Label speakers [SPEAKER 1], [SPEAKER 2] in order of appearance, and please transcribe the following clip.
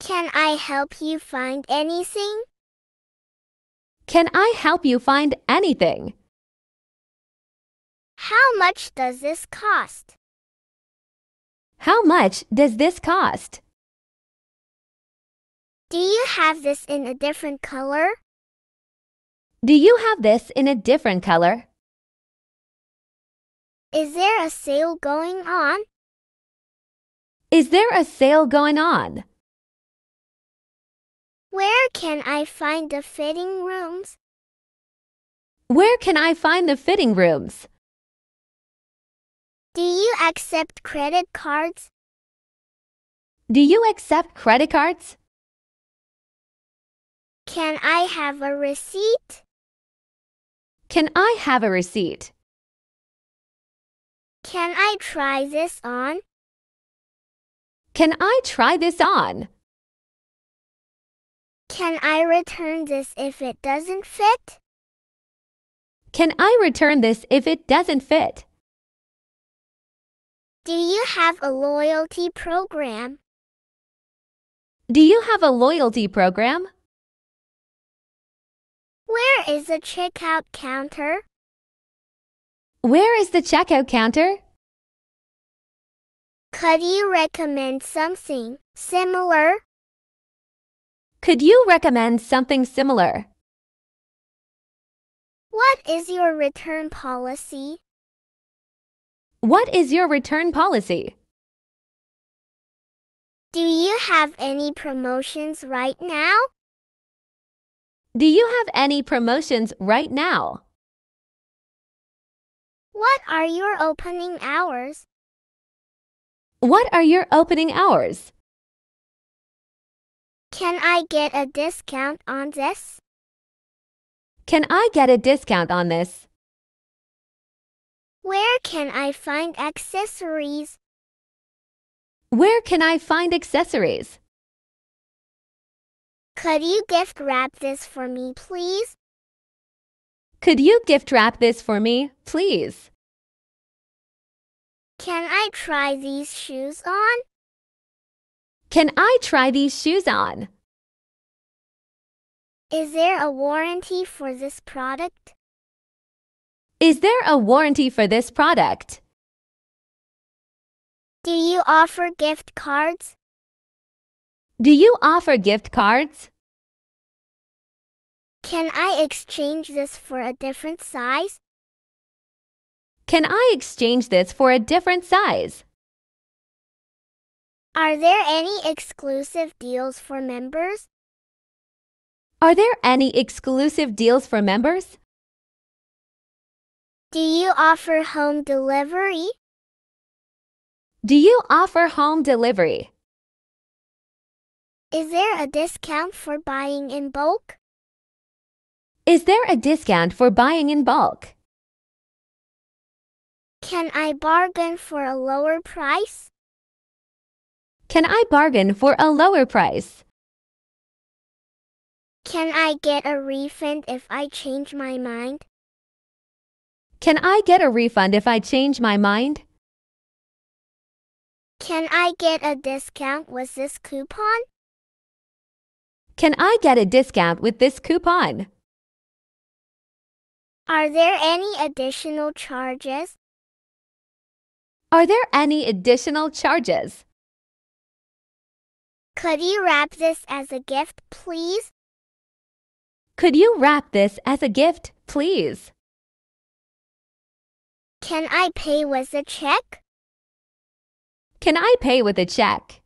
[SPEAKER 1] Can I help you find anything?
[SPEAKER 2] Can I help you find anything?
[SPEAKER 1] How much does this cost?
[SPEAKER 2] How much does this cost?
[SPEAKER 1] Do you have this in a different color?
[SPEAKER 2] Do you have this in a different color?
[SPEAKER 1] Is there a sale going on?
[SPEAKER 2] Is there a sale going on?
[SPEAKER 1] Where can I find the fitting rooms?
[SPEAKER 2] Where can I find the fitting rooms?
[SPEAKER 1] Do you accept credit cards?
[SPEAKER 2] Do you accept credit cards?
[SPEAKER 1] Can I have a receipt?
[SPEAKER 2] Can I have a receipt?
[SPEAKER 1] Can I try this on?
[SPEAKER 2] Can I try this on?
[SPEAKER 1] Can I return this if it doesn't fit?
[SPEAKER 2] Can I return this if it doesn't fit?
[SPEAKER 1] Do you have a loyalty program?
[SPEAKER 2] Do you have a loyalty program?
[SPEAKER 1] Where is the checkout counter?
[SPEAKER 2] Where is the checkout counter?
[SPEAKER 1] Could you recommend something similar?
[SPEAKER 2] Could you recommend something similar?
[SPEAKER 1] What is your return policy?
[SPEAKER 2] What is your return policy?
[SPEAKER 1] Do you have any promotions right now?
[SPEAKER 2] Do you have any promotions right now?
[SPEAKER 1] What are your opening hours?
[SPEAKER 2] What are your opening hours?
[SPEAKER 1] Can I get a discount on this?
[SPEAKER 2] Can I get a discount on this?
[SPEAKER 1] Where can I find accessories?
[SPEAKER 2] Where can I find accessories?
[SPEAKER 1] Could you gift wrap this for me, please?
[SPEAKER 2] Could you gift wrap this for me, please?
[SPEAKER 1] Can I try these shoes on?
[SPEAKER 2] Can I try these shoes on?
[SPEAKER 1] Is there a warranty for this product?
[SPEAKER 2] Is there a warranty for this product?
[SPEAKER 1] Do you offer gift cards?
[SPEAKER 2] Do you offer gift cards?
[SPEAKER 1] Can I exchange this for a different size?
[SPEAKER 2] Can I exchange this for a different size?
[SPEAKER 1] Are there any exclusive deals for members?
[SPEAKER 2] Are there any exclusive deals for members?
[SPEAKER 1] Do you offer home delivery?
[SPEAKER 2] Do you offer home delivery?
[SPEAKER 1] Is there a discount for buying in bulk?
[SPEAKER 2] Is there a discount for buying in bulk?
[SPEAKER 1] Can I bargain for a lower price?
[SPEAKER 2] Can I bargain for a lower price?
[SPEAKER 1] Can I get a refund if I change my mind?
[SPEAKER 2] Can I get a refund if I change my mind?
[SPEAKER 1] Can I get a discount with this coupon?
[SPEAKER 2] Can I get a discount with this coupon?
[SPEAKER 1] Are there any additional charges?
[SPEAKER 2] Are there any additional charges?
[SPEAKER 1] Could you wrap this as a gift, please?
[SPEAKER 2] Could you wrap this as a gift, please?
[SPEAKER 1] Can I pay with a check?
[SPEAKER 2] Can I pay with a check?